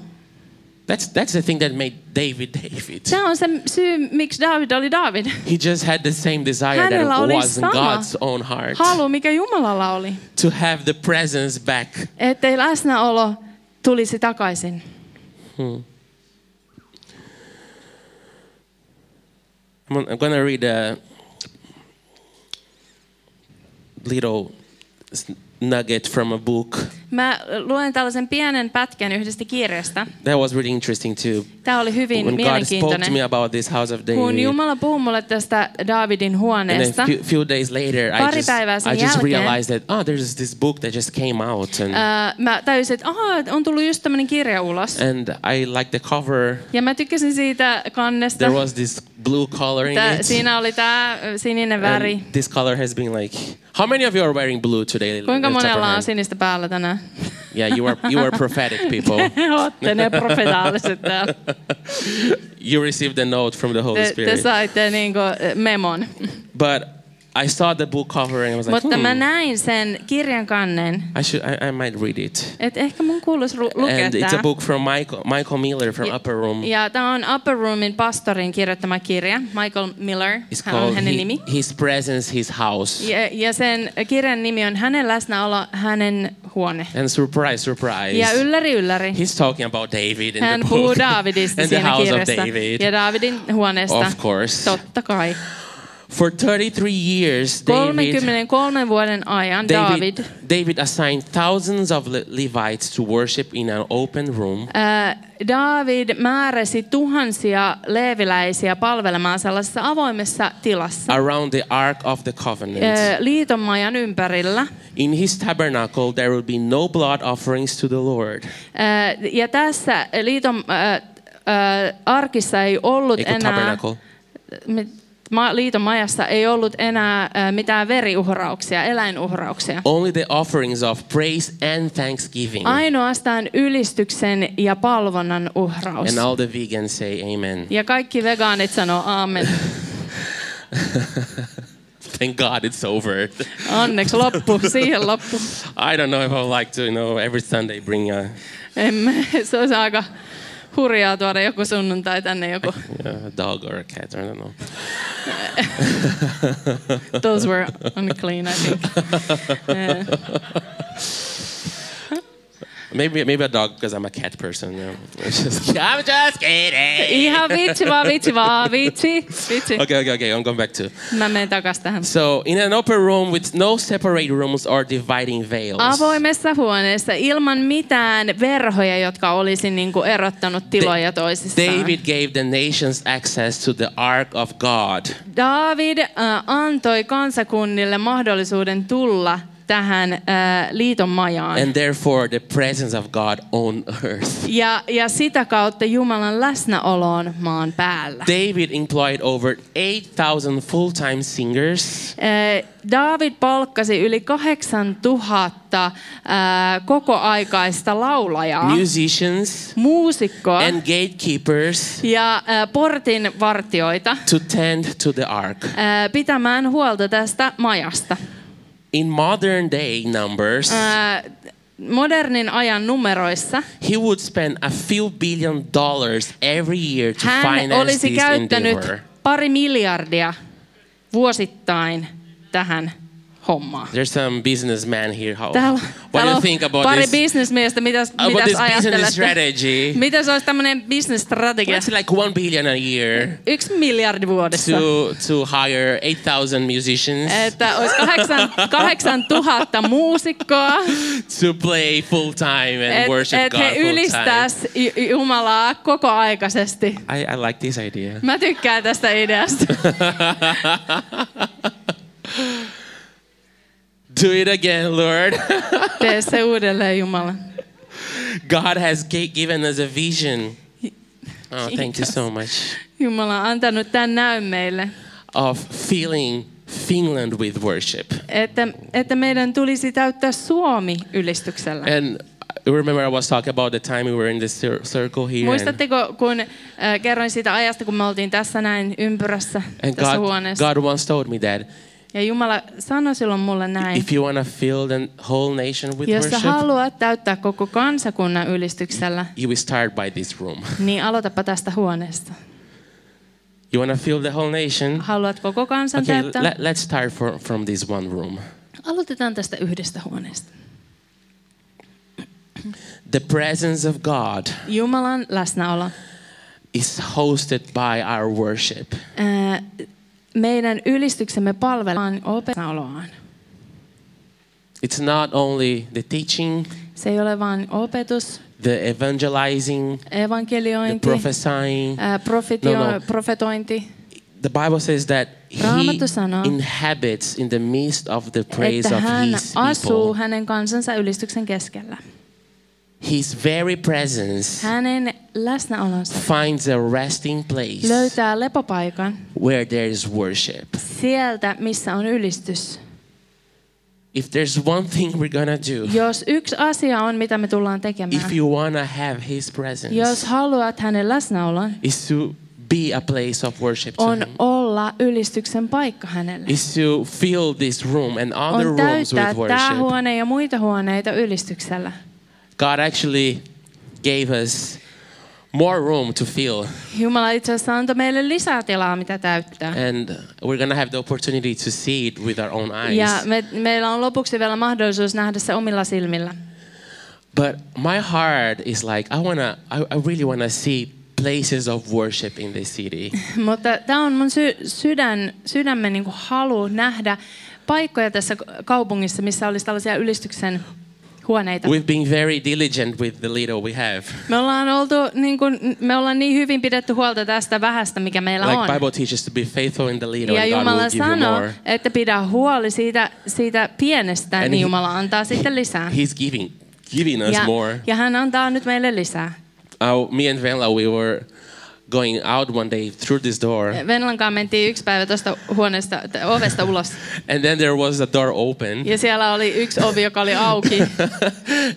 That's that's the thing that made David David. Tämä on se syy, miksi David oli David. He just had the same desire that Hänellä oli was in sama God's own heart Halu, mikä Jumalalla oli. to have the presence back. ettei läsnäolo tulisi takaisin. I'm gonna- I'm gonna read a little s- nugget from a book Mä luen tällaisen pienen pätkän yhdestä kirjasta. that was really interesting too. Tämä oli hyvin When God spoke to me mielenkiintoinen. about this house of Kun David, Jumala puhui mulle tästä Daavidin and a huoneesta, few, few days later, I Pari just, päivää sen I just jälkeen- realized that oh, there's this book that just came out, and ää, mä täysin, että aha, on tullut just tämmöinen kirja ulos. and I like the cover. Ja mä tykkäsin siitä kannesta. There was this blue color in Tää, it. siinä oli tämä sininen and väri. This color has been like. How many of you are wearing blue today? Kuinka Lift up your monella on hand. sinistä päällä tänään? Yeah, you are you are prophetic people. Ootte ne profetaaliset täällä. You received a note from the Holy Te, te Spirit. Hmm. saitte niinku äh, memon. But I saw the book cover and I was like, Mutta mä hmm, näin sen kirjan kannen I should I, I might read it. Et ehkä mun kuuluisi ru- lukea And it's a tämä. book from Michael Michael Miller from Ja- Upper Room. Ja tämä on Upper Roomin pastorin kirjoittama kirja, Michael Miller, It's hän on called hänen He- nimi. His Presence, His House. Ja, ja sen kirjan nimi on Hänen läsnäolo, hänen huone. And surprise, surprise. Ja ylläri ylläri, He's talking about David in hän the puhuu book Daavidista and the siinä house of kirjassa. David. Ja Daavidin huoneesta. Of course. Totta kai. For 33 years, David 33 vuoden ajan David, David, David assigned thousands of Le- Levites to worship in an open room ää, David määräsi tuhansia leeviläisiä palvelemaan sellaisessa avoimessa tilassa. around the Ark of the Covenant. Ö, liitonmajan ympärillä. In his tabernacle, there will be no blood offerings to the Lord. Ö, Äh, Ja tässä liiton ö, ö, arkissa ei ollut Eikö enää... tabernacle? Me- ma- liiton majassa ei ollut enää ö, mitään veriuhrauksia, eläinuhrauksia. Only the offerings of praise and thanksgiving. Ainoastaan ylistyksen ja palvonnan uhraus. and all the vegans say amen. Ja kaikki vegaanit sanoo aamen. Thank God it's over. Onneksi loppu, siihen loppu. I don't know if I would like to, you know, every Sunday bring a, Emme, se olisi aika hurjaa tuoda joku sunnuntai tänne joku. a dog or a cat. I don't know. Those were unclean, I think. Eh, Maybe maybe a dog because I'm a cat person. You know. It's just- I'm just kidding. Ihan vitsi vaan, vitsi vaan, vitsi, vitsi. Okay, okay, okay. I'm going back to. Mä menen takas tähän. So, in an open room with no separate rooms or dividing veils, Avoimessa huoneessa ilman mitään verhoja, jotka olisi niin kuin erottanut tiloja toisistaan. David gave the nations access to the ark of God. David äh, antoi kansakunnille mahdollisuuden tulla tähän äh, liiton majaan. And therefore, the presence of God on earth. Ja, ja sitä kautta Jumalan läsnäoloon maan päällä. David employed over 8,000 full time singers, Äh, David palkkasi yli 8000 äh, kokoaikaista laulajaa, Niin musicians, muusikkoa and gatekeepers ja äh, portin vartioita to tend to the ark. ää, Äh, pitämään huolta tästä majasta. In modern day numbers, Ää, Äh, Modernin ajan numeroissa he would spend a few billion dollars every year to hän finance olisi this käyttänyt endeavor. pari miljardia vuosittain tähän hommaan. There's some businessman here. How, Täällä, what do täällä you on think about pari this, bisnesmiestä, mitäs, about mitäs this business ajattelette? strategy? Mitäs olisi tämmöinen bisnesstrategia? It's like one billion a year Yksi miljardi vuodessa. to to hire eight thousand musicians Että olisi kahdeksan, kahdeksan tuhatta muusikkoa, to play full time and että worship et God he full time. ylistäis Ju- Jumalaa kokoaikaisesti. I, I like this idea. Mä tykkään tästä ideasta. Do it again, Lord. Tee se uudelleen Jumala. God has g- given us a vision. Oh, thank you so much. Jumala on antanut tämän näyn meille, Of filling Finland with worship. että, että meidän tulisi täyttää Suomi ylistyksellä. And I remember I was talking about the time we were in this cir- circle here. And, Muistatteko, kun äh, kerroin siitä ajasta, kun me oltiin tässä näin ympyrässä and tässä God, huoneessa. God once told me that Ja Jumala sanoi silloin mulle näin. if you want to fill the whole nation with Jos sä worship, haluat täyttää koko kansakunnan ylistyksellä, you will start by this room. niin aloitapa tästä huoneesta. You want to fill the whole nation? Haluat koko kansan Okay, täyttää? let, let's start for, from this one room. Aloitetaan tästä yhdestä huoneesta. The presence of God Jumalan läsnäolo. is hosted by our worship. Ää, meidän ylistyksemme palvellaan opetusoloaan. It's not only the teaching, Se ei ole vain opetus, the evangelizing, the evankeliointi, prophesying. ää, profetio, No, no. profetointi, The Bible says that He Raamattu sanoo, inhabits in the midst of the praise että of hän His asuu people. hänen kansansa ylistyksen keskellä. His very presence Hänen läsnäolonsa finds a resting place löytää lepopaikan where there is worship. sieltä, missä on ylistys. If there's one thing we're gonna do, Jos yksi asia on, mitä me tullaan if tekemään, you wanna have His presence, jos haluat hänen läsnäolon, is to be a place of worship to on Him. olla ylistyksen paikka hänelle. Is to fill this room and other rooms on täyttää with tämä worship. huone ja muita huoneita ylistyksellä. God actually gave us more room to fill, Jumala itse asiassa antoi meille lisää tilaa, mitä täyttää. and we're gonna have the opportunity to see it with our own eyes. Ja me, meillä on lopuksi vielä mahdollisuus nähdä se omilla silmillä. But my heart is like I wanna, I, I really wanna see places of worship in this city. Mutta tämä on mun sy- sydän, sydämen niin halu nähdä paikkoja tässä kaupungissa, missä olisi tällaisia ylistyksen huoneita. We've been very diligent with the little we have. Me ollaan, oltu, niin kuin, me ollaan niin hyvin pidetty huolta tästä vähästä, mikä meillä Like on. Bible teaches to be faithful in the little, Ja and God will Jumala give you sanoo, more. että pidä huoli siitä, siitä pienestä, And niin he- Jumala antaa sitten lisää. He's giving, giving us Ja, more. ja hän antaa nyt meille lisää. Uh, me and Venla, we were going out one day through this door, Venlankaan mentiin yksi päivä tuosta huoneesta, t- ovesta ulos. and then there was a door open. Ja siellä oli yksi ovi, joka oli auki.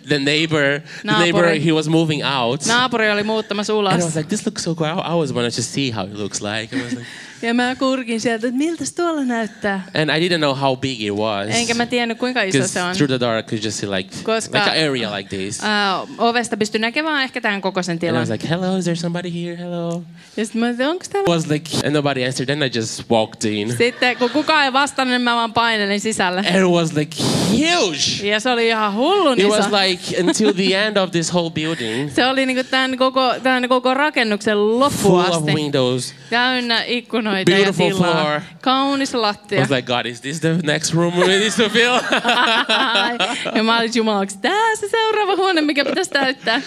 the neighbor, the neighbor, Naapuri. he was moving out. Naapuri oli muuttamassa And I was ulos. like, this looks so cool. I I always wanted to see how it looks like. I was like Ja mä kurkin sieltä, että miltä tuolla näyttää. and I didn't know how big it was. Enkä mä tiennyt, kuinka iso se on. Because through the door, I could just see like, Koska- like an area like this. Uh, ovesta pystyi näkemään ehkä tämän kokoisen and I tilan. was like, hello, is there somebody here? Hello. Ja sitten mä ajattelin, onko It täällä... was like, and nobody answered. Then I just walked in. Sitten kun kukaan ei vastannut, niin mä vaan painelin sisälle. And it was like huge. Ja se oli ihan hullun It iso. was like until the end of this whole building, Se oli niinku tämän, koko, tämän koko rakennuksen full loppuun of asti. windows. Täynnä ikkunoita Beautiful ja tilaa. floor. Kaunis I lattia. was like, God, is this the next room we need to fill? ja mä olin jumalaksi, tää se seuraava huone, mikä pitäisi täyttää.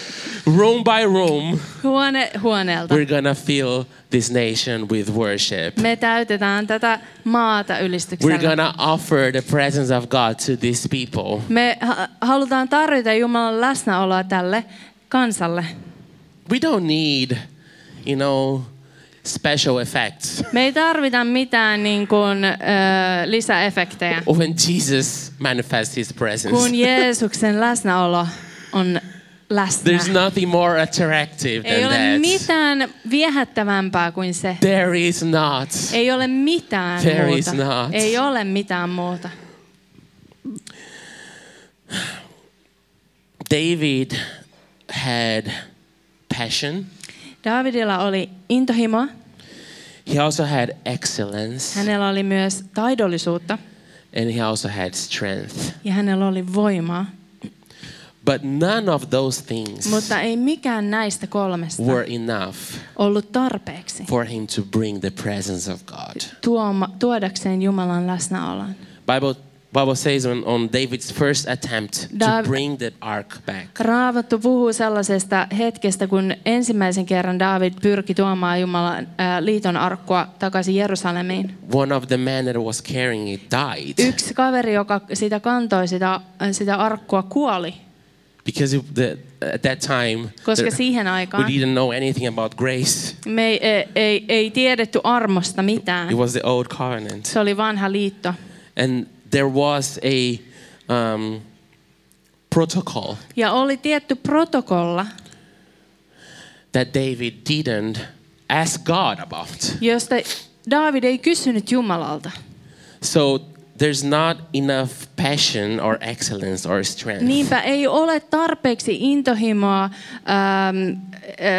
room by room, Huone huoneelta. we're gonna fill this nation with worship. Me täytetään tätä maata ylistyksellä. We're gonna offer the presence of God to these people. Me ha- halutaan tarjota Jumalan läsnäoloa tälle kansalle. We don't need, you know, special effects. Me ei tarvita mitään niin kuin, ö, lisäefektejä, When Jesus manifests his kun presence, Jeesuksen läsnäolo on läsnä. there's nothing more attractive ei than ole that. mitään viehättävämpää kuin se. There is not. Ei ole mitään There is muuta. not. Ei ole mitään muuta. David had passion. Davidilla oli intohimoa. He also had excellence Hänellä oli myös taidollisuutta and he also had strength. ja hänellä oli voimaa. But none of those things Mutta ei mikään näistä kolmesta were enough ollut tarpeeksi for him to bring the presence of God. tuoma, tuodakseen Jumalan läsnäolon. Bible Bible says on, on David's first attempt Dav- to bring the ark back. Raavattu puhuu sellaisesta hetkestä, kun ensimmäisen kerran David pyrki tuomaan Jumalan ää, liiton arkkua takaisin Jerusalemiin. One of the men that was carrying it died Yksi kaveri, joka sitä kantoi, sitä, äh, sitä arkkua, kuoli, because it, the, at that time koska there- siihen we aikaan didn't know anything about grace. me ei, ei, ei, ei tiedetty armosta mitään. It was the old covenant, Se oli vanha liitto. and there was a um, protocol Ja oli tietty protokolla, that David didn't ask God about. josta David ei kysynyt Jumalalta. So there's not enough passion or excellence or strength. Niinpä ei ole tarpeeksi intohimoa, äm,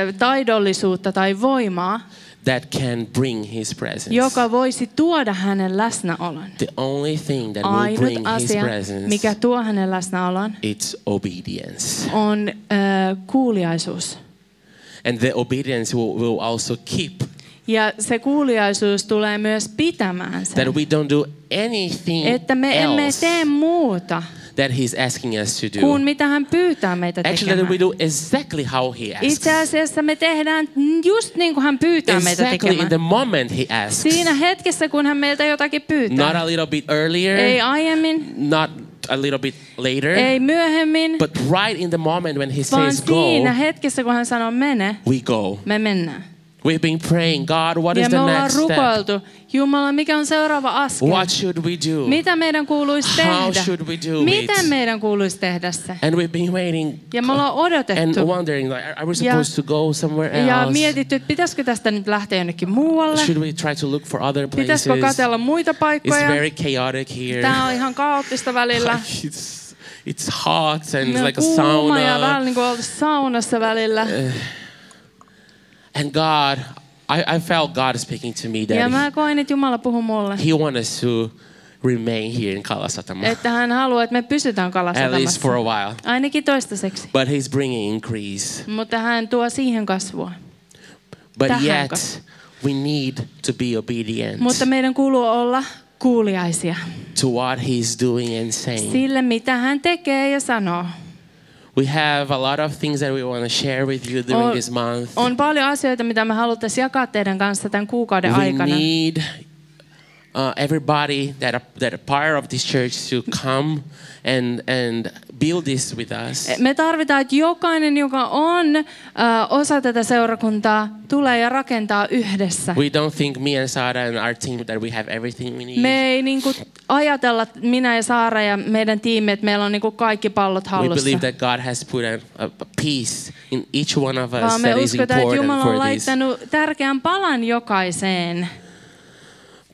ä, taidollisuutta tai voimaa, that can bring his presence. joka voisi tuoda hänen läsnäolon. The only thing that will Ainut bring his asia, presence mikä tuo hänen läsnäolon, it's obedience. on ä, kuuliaisuus. And the obedience will, will also keep Ja se kuuliaisuus tulee myös pitämään sen, that we don't do anything että me emme else tee muuta that he's asking us to do. kuin mitä hän pyytää meitä Actually, that tekemään. we do exactly how he asks. Itse asiassa me tehdään just niin kuin hän pyytää meitä exactly in tekemään. the moment he asks. Siinä hetkessä, kun hän meiltä jotakin Not pyytää. a little bit earlier, Ei aiemmin, not a little bit later, ei myöhemmin, but right in the moment when he vaan says go, siinä hetkessä, kun hän sanoo mene, we go. me mennään. We've been praying, God, what is Ja me the ollaan next step? rukoiltu, Jumala, mikä on seuraava askel? What should we do? Mitä meidän kuuluisi How tehdä? should we do Miten it? meidän kuuluisi tehdä se? And we've been waiting Ja me ollaan and odotettu wondering, like, are we Ja- supposed to go somewhere ja else? mietitty, että pitäisikö tästä nyt lähteä jonnekin muualle? Should we try to look for other places? Pitäisikö It's katella muita paikkoja? very chaotic here. Tää on ihan kaoottista välillä. Like, it's, it's hot and it's Meillä like a on kuuma ja vähän sauna. Eh, niin kuin oltu saunassa välillä. And God, I, I felt God speaking to me Ja that mä koin, että Jumala puhuu mulle. He wants us to remain here in Kalasatama, Että hän haluaa, että me pysytään at least for kalasatamassa. a while. Ainakin toistaiseksi. But He's bringing increase. Mutta hän tuo siihen kasvua. But Tähän yet, kas- we need to be obedient Mutta meidän kuuluu olla kuuliaisia to what He's doing and saying. sille, mitä hän tekee ja sanoo. We have a lot of things that we want to share with you during On- this month. oh, On paljon asioita, mitä me haluttaisiin jakaa teidän kanssa tämän kuukauden we aikana. need uh, everybody that are, that are part of this church to come and and build this with us. Eh, Me tarvitaan, että jokainen, joka on äh, osa tätä seurakuntaa, tulee ja rakentaa yhdessä. We don't think me and Sara and our team that we have everything we need. Me ei niin kuin, ajatella, että minä ja Saara ja meidän tiimi, että meillä on niin kuin, kaikki pallot We hallussa. believe that God has put a, a, a piece in each one of us Vaan me that is uskotaan, että important Jumala on for this. laittanut tärkeän palan jokaiseen.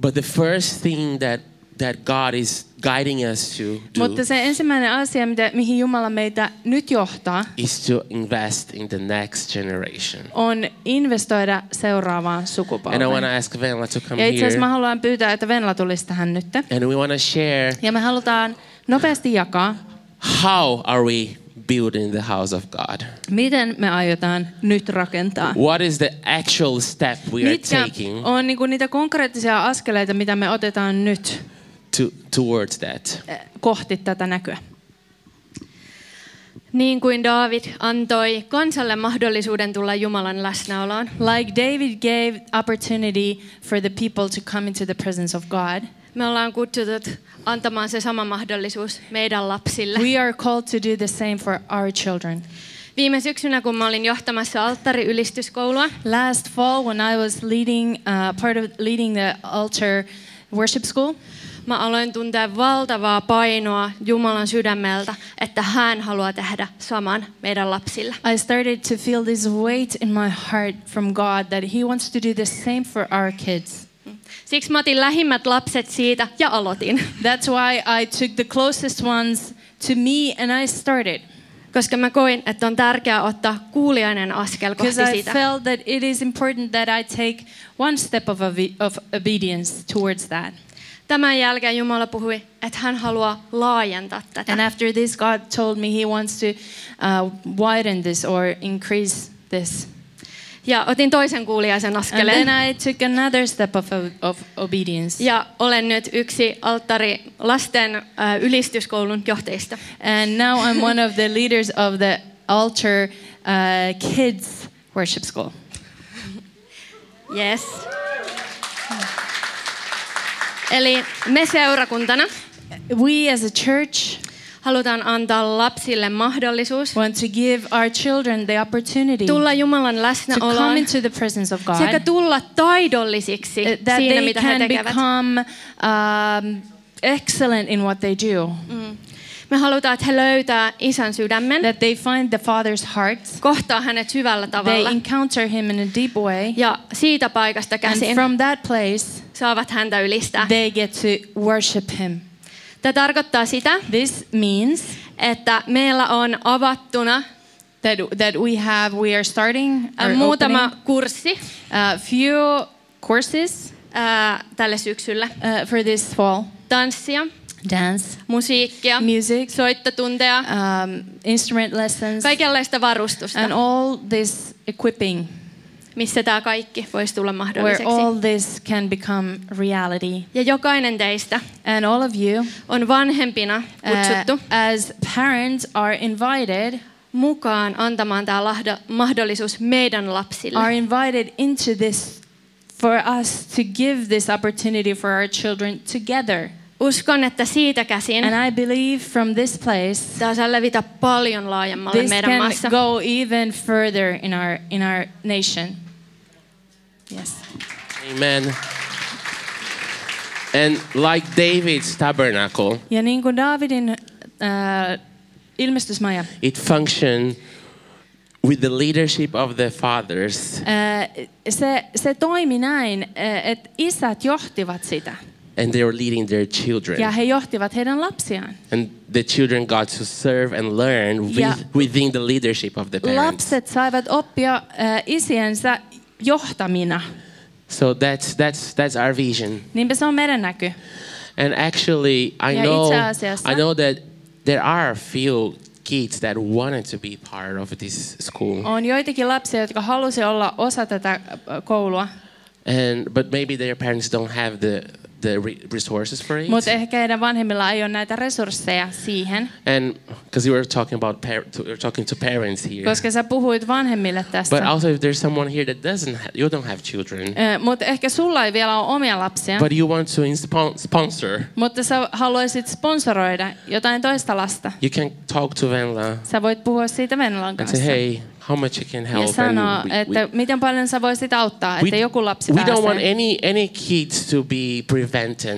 But the first thing that that God is guiding us to do Mutta se ensimmäinen asia, mitä, mihin Jumala meitä nyt johtaa, is to invest in the next generation. on investoida And I seuraavaan want to sukupolveen. ask Venla to come Ja itse asiassa mä here. haluan pyytää, että Venla tulisi tähän nyt. And we want to share Ja me halutaan nopeasti jakaa, how are we building the house of God? miten me aiotaan nyt rakentaa. What is the actual step we are Mitkä taking on niinku niitä konkreettisia askeleita, mitä me otetaan nyt to, towards that? eh, kohti tätä näkyä? Niin kuin David antoi kansalle mahdollisuuden tulla Jumalan läsnäoloon, Like David gave opportunity for the people to come into the presence of God, me ollaan kutsutut antamaan se sama mahdollisuus meidän lapsille. we are called to do the same for our children. Viime syksynä, kun mä olin johtamassa alttariylistyskoulua, Last fall, when I was leading uh, part of leading the altar worship school, mä aloin tuntea valtavaa painoa Jumalan sydämeltä, että hän haluaa tehdä saman meidän lapsille. I started to feel this weight in my heart from God that He wants to do the same for our kids. Siksi mä otin lähimmät lapset siitä ja aloitin, That's why I took the closest ones to me and I started. koska mä koin, että on tärkeää ottaa kuulijainen askel kohti Because I sitä. felt that it is important that I take one step of, obe- of obedience towards that. Tämän jälkeen Jumala puhui, että hän haluaa laajentaa tätä. And after this, God told me He wants to uh, widen this or increase this. Ja otin toisen kuuliaisen And then askeleen. I took another step of, of obedience. Ja olen nyt yksi alttari lasten äh, ylistyskoulun johtajista. And now I'm one of the leaders of the altar uh, kids worship school. Yes. Eli me seurakuntana We as a church halutaan antaa lapsille mahdollisuus want to give our children the opportunity to tulla Jumalan come läsnäoloon into the presence of sekä God, tulla taidollisiksi uh, that siinä, they mitä he can tekevät. become um, excellent in what they do, Me halutaan, että he löytää isän sydämen, that they find the Father's heart, kohtaa hänet syvällä they tavalla encounter Him in a deep way, ja siitä paikasta and Ah. käsin from that place saavat häntä ylistää. they get to worship Him. Tämä tarkoittaa sitä, This means että meillä on avattuna äh, that that we have we are starting or Ä, muutama opening, kurssi uh, few courses ää, äh, tälle syksylle. uh, for this fall Tanssia, dance musiikkia, music soittotunteja, um, instrument lessons kaikenlaista varustusta, and all this equipping missä tämä kaikki voisi tulla where mahdolliseksi. all this can become reality Ja jokainen teistä and all of you on vanhempina uh, kutsuttu as parents are invited mukaan antamaan tämä mahdollisuus meidän lapsille. are invited into this for us to give this opportunity for our children together Uskon, että siitä käsin and i believe from this place tämä saa levitä paljon laajemmalle this meidän can maassa. go even further in our in our nation. Yes. Amen. And like David's tabernacle, Ja niin kuin Daavidin äh, ilmestysmaja, äh, it functioned with the leadership of the fathers Uh, se, se toimi näin, äh, että isät johtivat sitä and they were leading their children. ja he johtivat heidän lapsiaan. And the children got to serve and learn with, Yeah. within the leadership of the parents. Lapset saivat oppia äh, isiensä johtamina. So that's that's that's our vision. Niinpä se on meidän näky. And actually, I Ja know itse asiassa- I know that there are a few kids that wanted to be part of this school, On joitakin lapsia, jotka halusi olla osa tätä äh, koulua, and but maybe their parents don't have the the re- resources for it. Mutta ehkä heidän vanhemmilla ei ole näitä resursseja siihen, And because you were talking about par- to, you're talking to parents here, koska sä puhuit vanhemmille but tästä. also if there's someone here that doesn't, ha- you don't have Eh. children, Mutta Äh, ehkä sulla ei vielä ole omia lapsia, but you want to in- spon- sponsor, mutta sä haluaisit sponsoroida jotain toista lasta. you can talk to Venla Sä voit puhua siitä Venlan and kanssa. say, hey, how much you can ja help. and sanoa, we- we- että miten paljon sä voisit auttaa, we- että joku lapsi we don't want pääsee. any any kids to be prevented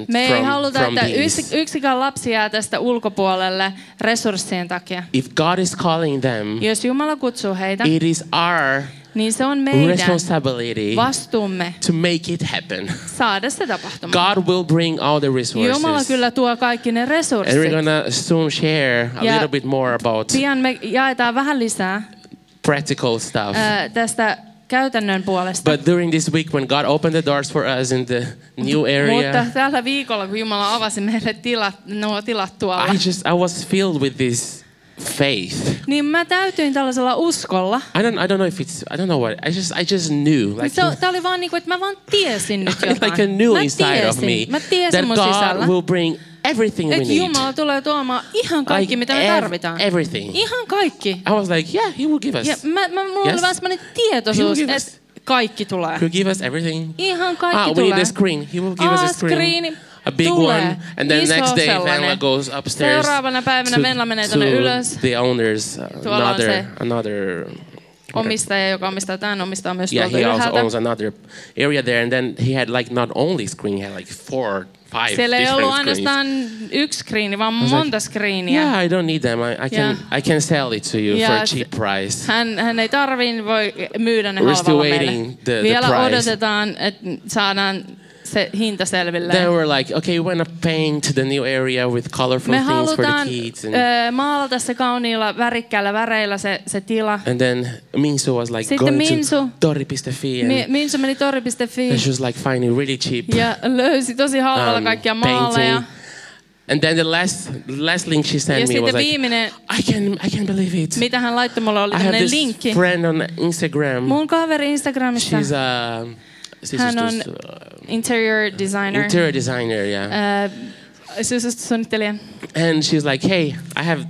Me ei from, haluta, from että this. yksi, yksikään lapsi jää tästä ulkopuolelle resurssien takia. If God is calling them, Jos Jumala kutsuu heitä, it is our niin se on meidän responsibility vastuumme to make it happen. saada se tapahtumaan. God will bring all the Jumala resources. kyllä tuo kaikki ne And we're resurssit. gonna soon share a Ja- little bit more about Pian me jaetaan vähän lisää practical stuff. ää, tästä käytännön puolesta. But during this week, when God opened the doors for us in the new Mutta area, tällä viikolla, kun Jumala avasi meille tilat, nuo tilat tuolla, I just I was filled with this faith. niin mä täytyin tällaisella uskolla. I don't I don't know if it's I don't know what I just I just knew like Se, tää oli vaan niinku, että mä vaan tiesin nyt jotain. like a new mä inside of tiesin, me mä tiesin that mun God sisällä, will bring everything we että need. Jumala tulee tuomaan ihan kaikki, Like mitä me ev- tarvitaan. everything. Ihan kaikki. I was like, yeah, He will give us. Ja mä, mä, mulla Yes. oli vaan semmoinen He will tietoisuus, give että us- kaikki tulee. He'll give us everything. Ihan kaikki Ah, we tulee. need a screen. He will give Ah, us a screen. screen. A big Tulee. one. And then Iso next day, sellainen. Venla goes upstairs Seuraavana päivänä Venla menee to tonne ylös. the owners. uh, Tuolla on Another, se. another, Omistaja, joka omistaa tämän, omistaa myös yeah, tuolta he also ylhäältä. owns another area there. And then he had like not only screen, he had like four, five Siellä ei ollut different screens. ainoastaan yksi skriini, vaan was like, monta skriiniä. Yeah, I don't need them. I, I can Yeah. I can sell it to you for Yeah, a cheap price. Hän, hän ei tarviin voi myydä ne We're still halvalla meille. waiting the- the Vielä price. odotetaan, että saadaan se hinta selville. Then we're like, okay, we want to paint the new area with colorful Me uh, things for the halutaan kids. And, ö, maalata se kauniilla värikkäillä väreillä se, se tila. and then Minsu was like Sitten going Minsu- to Dori.fi and Mi- Minsu meni tori.fi And she was like finding really cheap ja löysi tosi halvalla um, kaikkia maaleja. And then the last last link she Ja sent me sitten was like, viimeinen, I can I can't believe it. mitä hän laittoi mulle, oli I have tämmöinen this linkki. friend on Instagram. Mun kaveri Instagramissa, She's a she's hän on just, uh, interior designer, interior designer, yeah. ö, sisustussuunnittelija. and she's like, hey, I have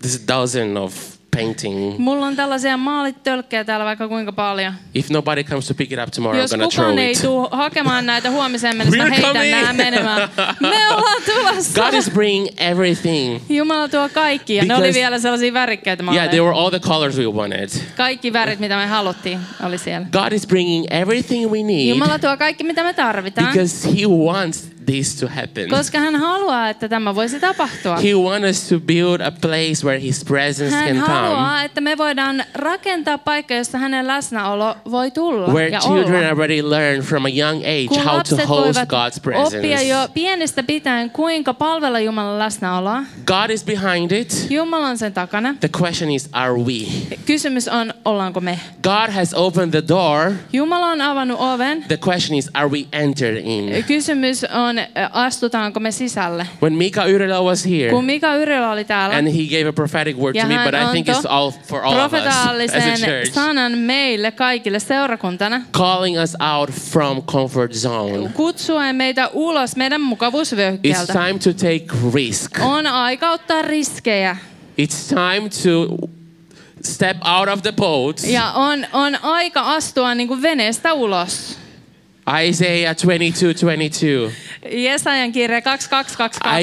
this dozen of painting. Mulla on tällaisia maalitölkkejä täällä vaikka kuinka paljon. If nobody comes to pick it up tomorrow, Jos I'm gonna throw kukaan ei it. tule hakemaan näitä huomiseen mennessä, mä We're heitän coming. nämä menemään. Me ollaan tulossa. God is bringing everything. Jumala tuo kaikki. Ja ne oli Because- vielä sellaisia värikkäitä Yeah, maaleja. they were all the colors we wanted. Kaikki värit, mitä me haluttiin, oli siellä. God is bringing everything we need. Jumala tuo kaikki, mitä me tarvitaan. Because he wants this to happen. Koska hän haluaa, että tämä voisi tapahtua. He wants us to build a place where his presence Hän can come. haluaa, että me voidaan rakentaa paikka, jossa hänen läsnäolo voi tulla Where ja children olla. already learn from a young age Kun how to lapset host voivat God's oppia jo presence. pienestä pitäen, kuinka palvella Jumalan läsnäoloa. God is behind it. Jumala on sen takana. The question is, are we? Kysymys on, ollaanko me? God has opened the door. Jumala on avannut oven. The question is, are we entered in? Kysymys on, ö, astutaanko me sisälle? When Mika Yrela was Kun here Mika Yrjölä oli täällä, and he gave a prophetic word to ja me, hän but I think it's antoi all for all of us as a profetaalisen church. sanan meille kaikille seurakuntana, Calling us out from comfort zone. kutsuen meitä ulos meidän It's mukavuusvyöhykkeeltä. time to take risk. On aika ottaa riskejä It's time to step out of the boat. ja on, on aika astua niin kuin veneestä ulos. Isaiah 22, 22. Jesajan kirja I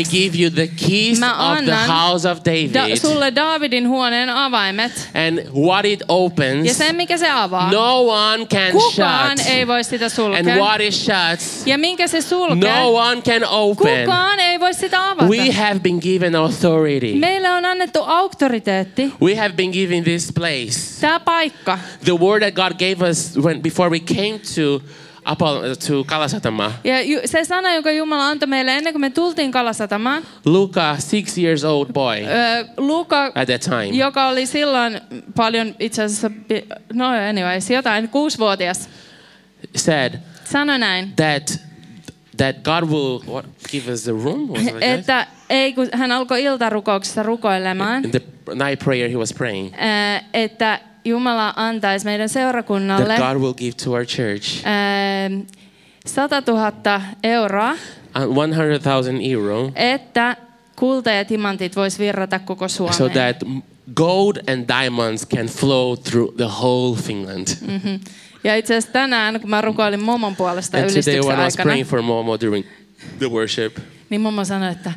2222. give you the keys Mä of the annan house of Da, David. sulle Daavidin huoneen avaimet And what it ja opens, sen mikä se avaa. no one can Kukaan shut. ei voi sitä And sulkea. what it shuts, Ja minkä se sulkee? no one can open. Kukaan ei voi sitä avata. We have been given authority. Meille on annettu auktoriteetti, We have been given this place. tämä paikka. The word that God gave us when before we came to Apollo, to Kalasatama. Ja ju- se sana, jonka Jumala antoi meille ennen kuin me tultiin Kalasatamaan, Luca, six years old boy öö, Luka, at that time. joka oli silloin paljon itse asiassa, pi- no anyways, jotain, kuusivuotias, said sanoi näin, that that God will what, give us the room. Was it like that? että ei, kun hän alkoi iltarukouksessa rukoilemaan, In the night prayer he was praying öö, että Jumala antaisi meidän seurakunnalle that God will give to our church öö, 100 000 euroa, and 100,000 euro että kulta ja timantit vois virrata koko Suomeen. so that m- gold and diamonds can flow through the whole Finland. Mhm. Ja itse asiassa tänään, kun mä rukoilin Momon puolesta And today, ylistyksen when I was aikana, praying for Momo during the worship, niin Momo sanoi, että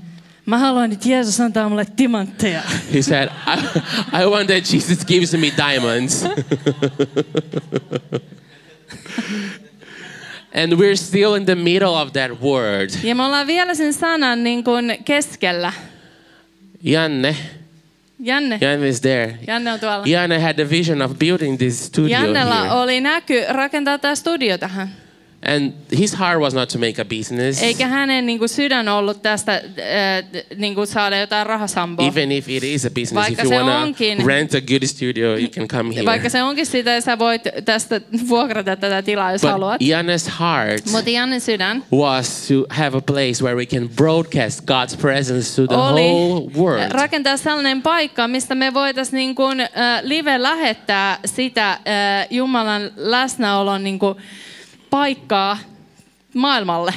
mä haluan, että Jeesus antaa mulle timantteja. he said, I, I want that Jesus gives me diamonds. and we're still in the middle of that word. Ja me ollaan vielä sen sanan niin kuin keskellä. Janne, Janne, Janne is there. Janne on tuolla. Janne had the vision of building this studio Jannella here. oli näky rakentaa tämä studio tähän. And his heart was not to make a business, Eikä hänen niin kuin sydän ollut tästä äh, niin kuin saada jotain rahasamboa. even if it is a business. Vaikka if you se want to onkin- rent a good studio, you can come here. Vaikka se onkin sitä, ja sä voit tästä vuokrata tätä tilaa, jos haluat. But Janne's heart Mutta Janne sydän was to have a place where we can broadcast God's presence to the oli whole world. rakentaa sellainen paikka, mistä me voitaisiin niin kuin, äh, live lähettää sitä äh, Jumalan läsnäolon niin kuin, paikkaa maailmalle.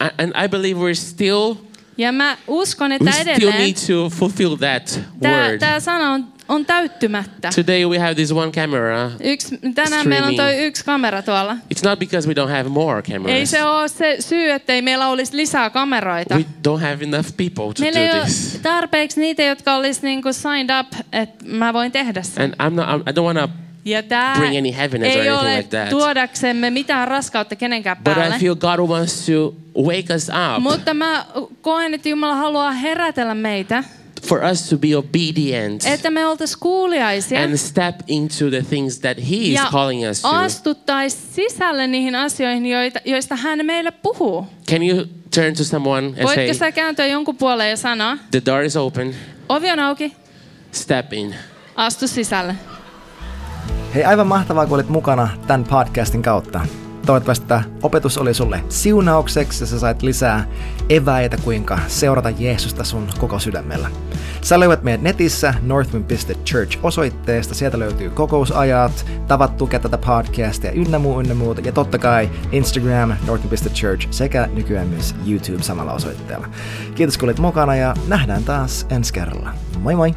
A- And I believe we're still Ja mä uskon, we että still edelleen need to fulfill that tämä, word. tämä sana on, on täyttymättä. Today we have this one camera. Yksi, tänään meillä on toi Streaming. yksi kamera tuolla. It's not because we don't have more Ei cameras. se ole se syy, ettei meillä olisi lisää kameroita. We don't have enough people to Meillä do ei ole this. tarpeeksi niitä, jotka olisi niinku signed up, että mä voin tehdä sen. And I'm not. I'm, I don't want to. Ja tämä bring any heaviness or ei anything ole like that. tuodaksemme mitään raskautta kenenkään But I päälle. feel God wants to wake us up Mutta mä koen, että Jumala haluaa herätellä meitä, for us to be obedient että me oltaisiin kuuliaisia and step into the things that He is ja calling us to. astuttaisiin sisälle niihin asioihin, joita, joista hän meille puhuu. Can you turn to someone and Voitko say, sä kääntyä jonkun puoleen ja sanoa, The door is open, ovi on auki, step in. astu sisälle. Hei, aivan mahtavaa, kun olit mukana tämän podcastin kautta. Toivottavasti tämä opetus oli sulle siunaukseksi ja sä sait lisää eväitä, kuinka seurata Jeesusta sun koko sydämellä. Sä löydät meidät netissä northman.church osoitteesta. Sieltä löytyy kokousajat, tavat tukea tätä podcastia ynnä muu, ynnä muuta. Ja totta kai Instagram, northman.church sekä nykyään myös YouTube samalla osoitteella. Kiitos kun olit mukana ja nähdään taas ensi kerralla. Moi moi!